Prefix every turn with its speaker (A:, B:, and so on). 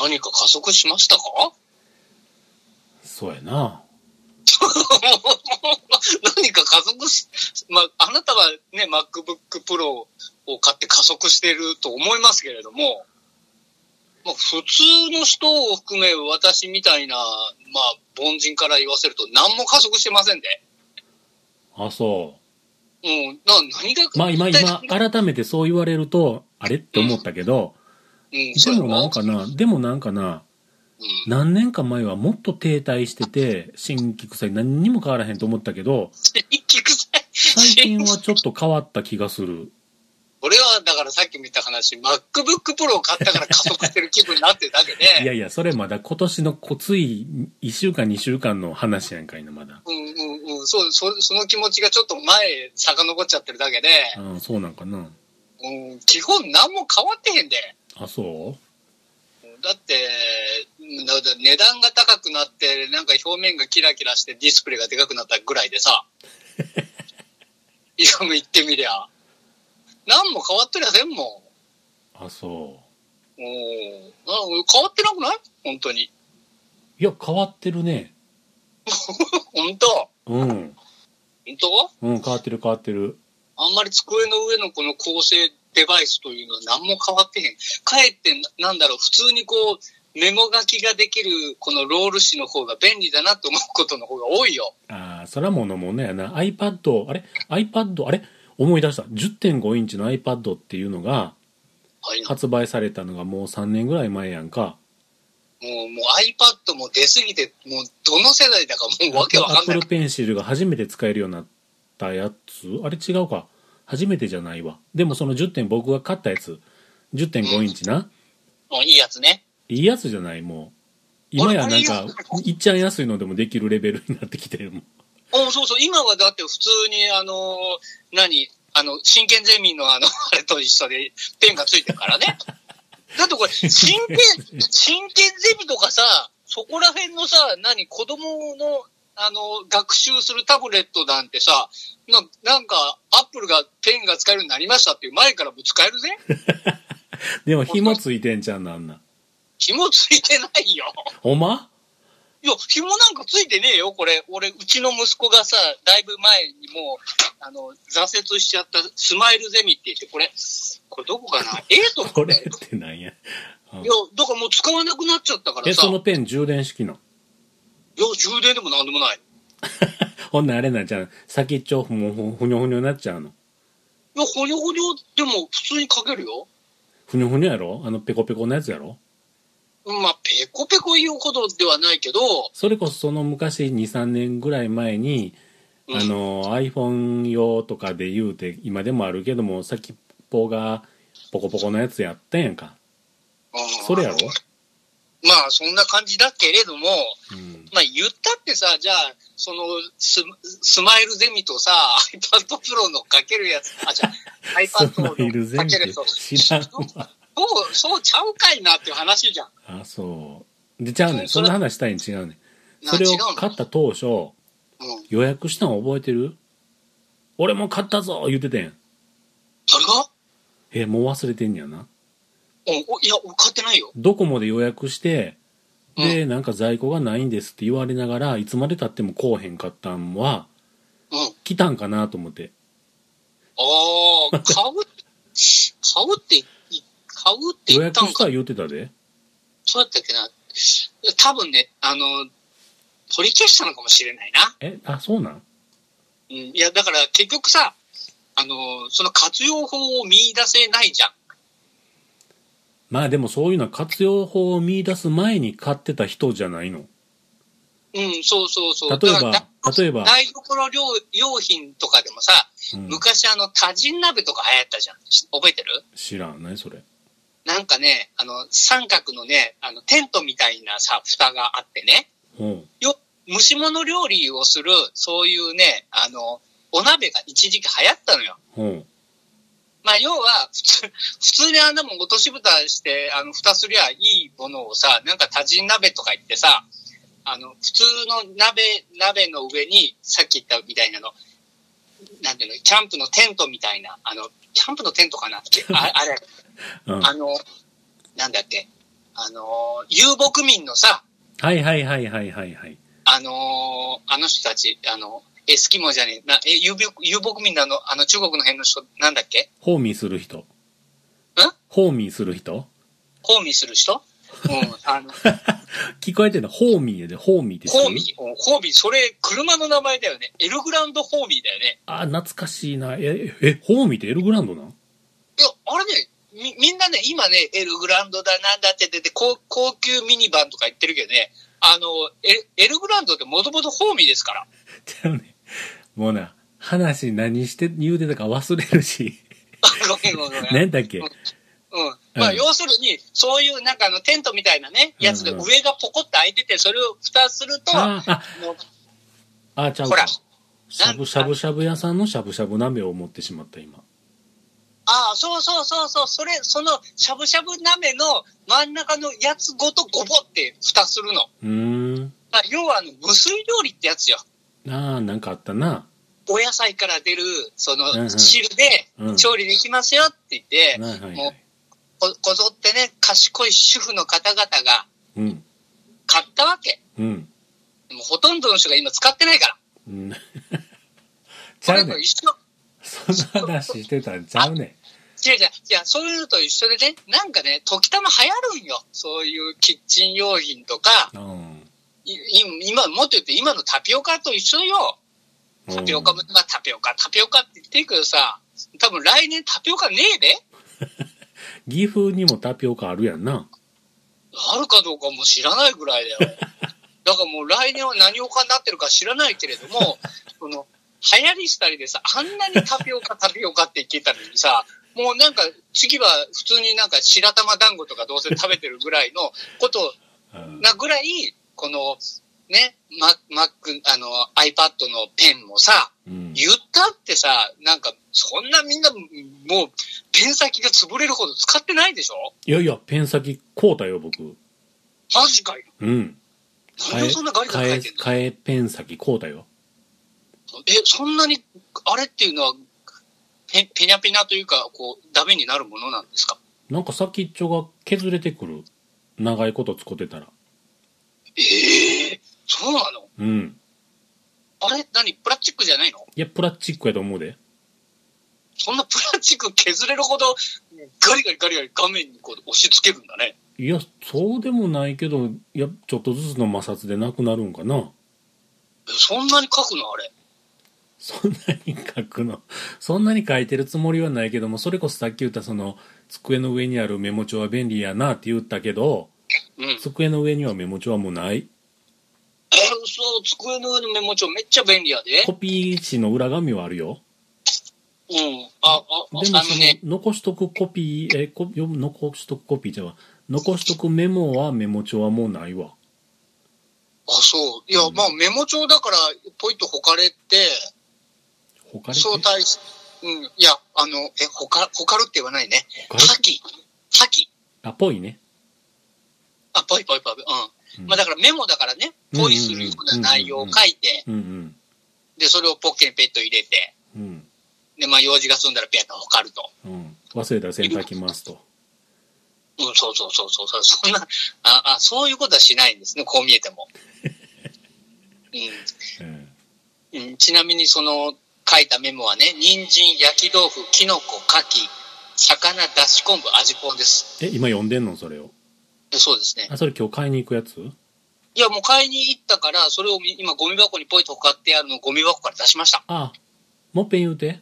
A: 何か加速しましたか
B: そうやな。
A: 何か加速し、まあ、あなたはね、MacBook Pro を買って加速してると思いますけれども、まあ、普通の人を含め私みたいな、まあ、凡人から言わせると何も加速してませんで。
B: あ、そ
A: うん、な何が、
B: う。まあ 今、
A: 一体
B: 今、改めてそう言われると、あれって思ったけど、
A: うん、
B: でもなん
A: か、
B: かな、でもなんかな、
A: うん、
B: 何年か前はもっと停滞してて、新規臭い何にも変わらへんと思ったけど、
A: 聞くさ
B: 最近 はちょっと変わった気がする。
A: 俺はだからさっき見た話、MacBook Pro を買ったから加速してる気分になってるだけ
B: いや
A: で、
B: いや、それまだ今年のこつい1週間2週間の話やんかいな、まだ。
A: うんうんうん、そう、そその気持ちがちょっと前へ遡っちゃってるだけで、
B: うん、そうなんかな。
A: うん、基本何も変わってへんで。
B: あ、そう
A: だって、うんだって値段が高くなって、なんか表面がキラキラしてディスプレイがでかくなったぐらいでさ。 いや、もう言ってみりゃ。何も変わってりゃせんも。
B: あ、そうん
A: うんな変わってなくない本当に。。
B: いや、変わってるね。
A: 本当
B: うん。
A: 本当
B: うん、変わってる変わってる。
A: あんまり机の上のこの構成デバイスというのは何も変わってへん。かえってな、なんだろう、普通にこう、メモ書きができるこのロール紙の方が便利だなと思うことの方が多いよ。
B: ああ、そらものもんやな。iPad、あれ ?iPad、あれ思い出した。10.5インチの iPad っていうのが
A: はい。も
B: 発売されたのがもう3年ぐらい前やんか。
A: う、もう iPad も出すぎて、もうどの世代だかもうわけわかんない
B: Apple。Pencil が初めて使えるようになったやつあれ違うか。初めてじゃないわ。でもその10点僕が買ったやつ。10.5インチな。
A: もういいやつね。
B: いいやつじゃない、もう。今やな
A: あ
B: んか
A: れいいや、
B: いっちゃん安いのでもできるレベルになってきてるもん。
A: おそうそう、今はだって普通にあのー何あの、真剣ゼミのあの、 あれと一緒で、ペンがついてるからね。だってこれ、真剣、真剣ゼミとかさ、そこら辺のさ、何、子供の、あの、学習するタブレットなんてさ、ななんか、アップルがペンが使えるようになりましたっていう前からもう使えるぜ。
B: でも紐ついてんちゃんなんな。
A: 紐ついてないよ。
B: ほんま
A: いや、紐なんかついてねえよ、これ。俺、うちの息子がさ、だいぶ前にもう、あの、挫折しちゃった、スマイルゼミって言って、これ、これどこか な ?A と
B: こ
A: こ
B: れ
A: れ。い
B: ってなんや。
A: や、だからもう使わなくなっちゃったから
B: え、
A: さ、い
B: そ
A: や
B: の、ペン充電式の。
A: 充電でもなんでもない。
B: ほんならあれなんちゃう先っちょふもふふにょふにょになっちゃうの。
A: いや、ほにょほにょでも普通に書けるよ。
B: ふにょふにょやろあのペコペコのやつやろ
A: うんまあ、ペコペコ言うほどではないけど、
B: それこそその昔2、3年ぐらい前に、
A: うん
B: あの、iPhone 用とかで言うて、今でもあるけども、先っぽがポコポコのやつやったやんか。
A: うん
B: それやろ
A: まあ、そんな感じだけれども、
B: うん。
A: まあ言ったってさ、じゃあ、そのス、スマイルゼミとさ、iPad Pro のかけるやつ、あ、じゃ あ、
B: そ
A: iPad
B: んなんいる
A: の
B: 全
A: か
B: 部
A: けるやつを、
B: 知らんわ。
A: そう、そうちゃうかいなっていう話じゃん。
B: あ、そう。で、ちゃうねん。そ
A: そ
B: ん
A: れ
B: な話したいに違うねん。
A: な
B: それを
A: 違うの
B: 買った当初、
A: うん。
B: 予約したの覚えてる俺も買ったぞ言ってたやん。
A: それが
B: え、もう忘れてんやな。
A: うんお、いや、俺買ってないよ。
B: ドコモで予約して、で、なんか在庫がないんですって言われながら、いつまで経ってもこうへんかったんは、
A: うん。
B: 来たんかなと思って。
A: ああ、買う、買うって、い買うって
B: 予
A: 言っ
B: 約
A: たん
B: した
A: か。
B: ら言ってたで。
A: そうやったっけな。多分ね、あの、取り消したのかもしれないな。
B: え、あ、そうなん
A: うん、いや、だから結局さ、あの、その活用法を見出せないじゃん。
B: まあでもそういうのは活用法を見出す前に買ってた人じゃないの。
A: うん、そうそうそう。
B: 例えば
A: だから
B: 例えば
A: 台所料用品とかでもさ、
B: うん、
A: 昔あの、多人鍋とか流行ったじゃん。し覚えてる
B: 知らん。何それ。
A: なんかね、あの、三角のね、あの、テントみたいなさ、蓋があってね、
B: うん。
A: 蒸し物料理をする、そういうね、あの、お鍋が一時期流行ったのよ。
B: うん。
A: まあ、要は、普通、普通にあんなもん落とし蓋して、あの、蓋すりゃいいものをさ、なんか多人鍋とか言ってさ、あの、普通の鍋、鍋の上に、さっき言ったみたいなの、なんていうの、キャンプのテントみたいな、あの、キャンプのテントかなって、ああれ、
B: うん。
A: あの、なんだっけ、あのー遊牧民のさ、
B: はいはいはいはいはいはい。
A: あのーあの人たち、あの、エスキモじゃねえ、な、え、遊牧遊牧民のあの、あの中国の辺の人、なんだっけ
B: ホーミーする人。んホーミーする人
A: ホーミーする人うん、あの、
B: 聞こえてるのホーミーやで、ホーミーって知ってる
A: ホーミー、うんホーミー、それ、車の名前だよね。エルグランドホーミーだよね。
B: あ、懐かしいな。え、え、ホーミーってエルグランドなん
A: いや、あれね、み、みんなね、今ね、エルグランドだなんだって出て、高高級ミニバンとか言ってるけどね、あの、エエルグランドってもともとホーミーです から。
B: でもね、もうな、話何して言うてたか忘れるし。
A: あごめんごめんごめん。
B: 何だっけ
A: うん。まあ、
B: うん
A: 要するに、そういうなんかあのテントみたいなね、やつで
B: うんうん
A: 上がポコッと開いてて、それを蓋すると、あ
B: ああ、
A: の
B: あ、ちゃう
A: ほら
B: か。しゃぶしゃぶしゃぶ屋さんのしゃぶしゃぶ鍋を持ってしまった、今。
A: あー、そうそうそうそう、それ、そのしゃぶしゃぶ鍋の真ん中のやつごとゴボって蓋するの。
B: うーん。
A: まあ、要はあの無水料理ってやつよ。
B: ああ、なんかあったな。
A: お野菜から出る、そ
B: うんう
A: の
B: ん
A: 汁
B: う
A: で
B: ん
A: 調理できますよって言って、
B: はいはいは
A: も
B: い。
A: ここぞってね、賢い主婦の方々が
B: うん。
A: 買ったわけ。
B: うん。
A: もうほとんどの人が今使ってないから。
B: うん ち
A: こ
B: ゃ
A: れ
B: うね
A: と
B: ん。
A: 一緒。
B: そんな話してたんちゃうね
A: 違う違う。いや、そういうのと一緒でね、なんかね、時たま流行るんよ。そういうキッチン用品とか、
B: ん。うん。
A: いい今、もっと言って今のタピオカと一緒よ。タピオカも、まあタピオカ、タピオカって言ってるけどさ、多分来年タピオカねえで。
B: 岐阜にもタピオカあるやんな。
A: あるかどうかもう知らないぐらいだよ。だからもう来年は何おかになってるか知らないけれども、その、流行りしたりでさ、あんなにタピオカタピオカって言ってたのにさ、もうなんか次は普通になんか白玉団子とかどうせ食べてるぐらいのこと
B: うん
A: なぐらい、この、ね、ママック、あの、iPad のペンもさ、
B: うん。
A: 言ったってさ、なんか、そんなみんな、もう、ペン先が潰れるほど使ってないでしょ
B: いやいや、ペン先こうたよ、僕。
A: マジかよ。
B: うん。
A: なんでそんなガリガリ書いてんの
B: 替えペン先こうたよ。
A: え、そんなに、あれっていうのは、ペ、ペニャペニャというか、こう、ダメになるものなんですか
B: なんか先っちょが削れてくる。長いこと使ってたら。
A: ええそうなの
B: うん。
A: あれ何プラスチックじゃないの
B: いや、プラスチックやと思うで。
A: そんなプラスチック削れるほど、ガリガリガリガリ画面にこう押し付けるんだね。
B: いや、そうでもないけど、いや、ちょっとずつの摩擦でなくなるんかな。
A: えそんなに書くのあれ。
B: そんなに書くの。そんなに書いてるつもりはないけども、それこそさっき言ったその、机の上にあるメモ帳は便利やなって言ったけど、
A: うん。え
B: 机の上にはメモ帳はもうない。
A: そう、机の上のメモ帳めっちゃ便利やで。
B: コピー紙の裏紙はあるよ。
A: うん。あ、あ、あ
B: でも
A: あの
B: その
A: ね、
B: 残しとくコピー、え、こよ残しとくコピーじゃわ。残しとくメモはメモ帳はもうないわ。
A: あ、そう。いや、
B: うん
A: まあメモ帳だから、ポイッとほかれて、
B: 他に
A: 相対し、うん。いや、あの、え、ほか、ほかるって言わないね。
B: 他に
A: 覇気。覇気。
B: あ、ぽいね。
A: あ、ぽいぽいぽい。う
B: うん
A: ん。まあだからメモだからね、ポイするような内容を書いて、
B: うん
A: で、それをポッケにペット入れて、
B: うん。うん。
A: で、まあ用事が済んだらペットをかると。
B: うん。忘れたら洗濯機回すと。
A: うん、そうそうそうそうそう。 そんな、あ、あ、そういうことはしないんですね、こう見えても。
B: うん。
A: うん。うん、ちなみにその、書いたメモはね、人参、焼き豆腐、キノコ、牡蠣、魚、だし昆布、味ぽんです。
B: え、今読んでんのそれを。
A: でそうですね。
B: あ、それ今日買いに行くやつ
A: いや、もう買いに行ったから、それをみ今ゴミ箱にポイとほかってあるのをゴミ箱から出しました。
B: あ、もっぺん言うて。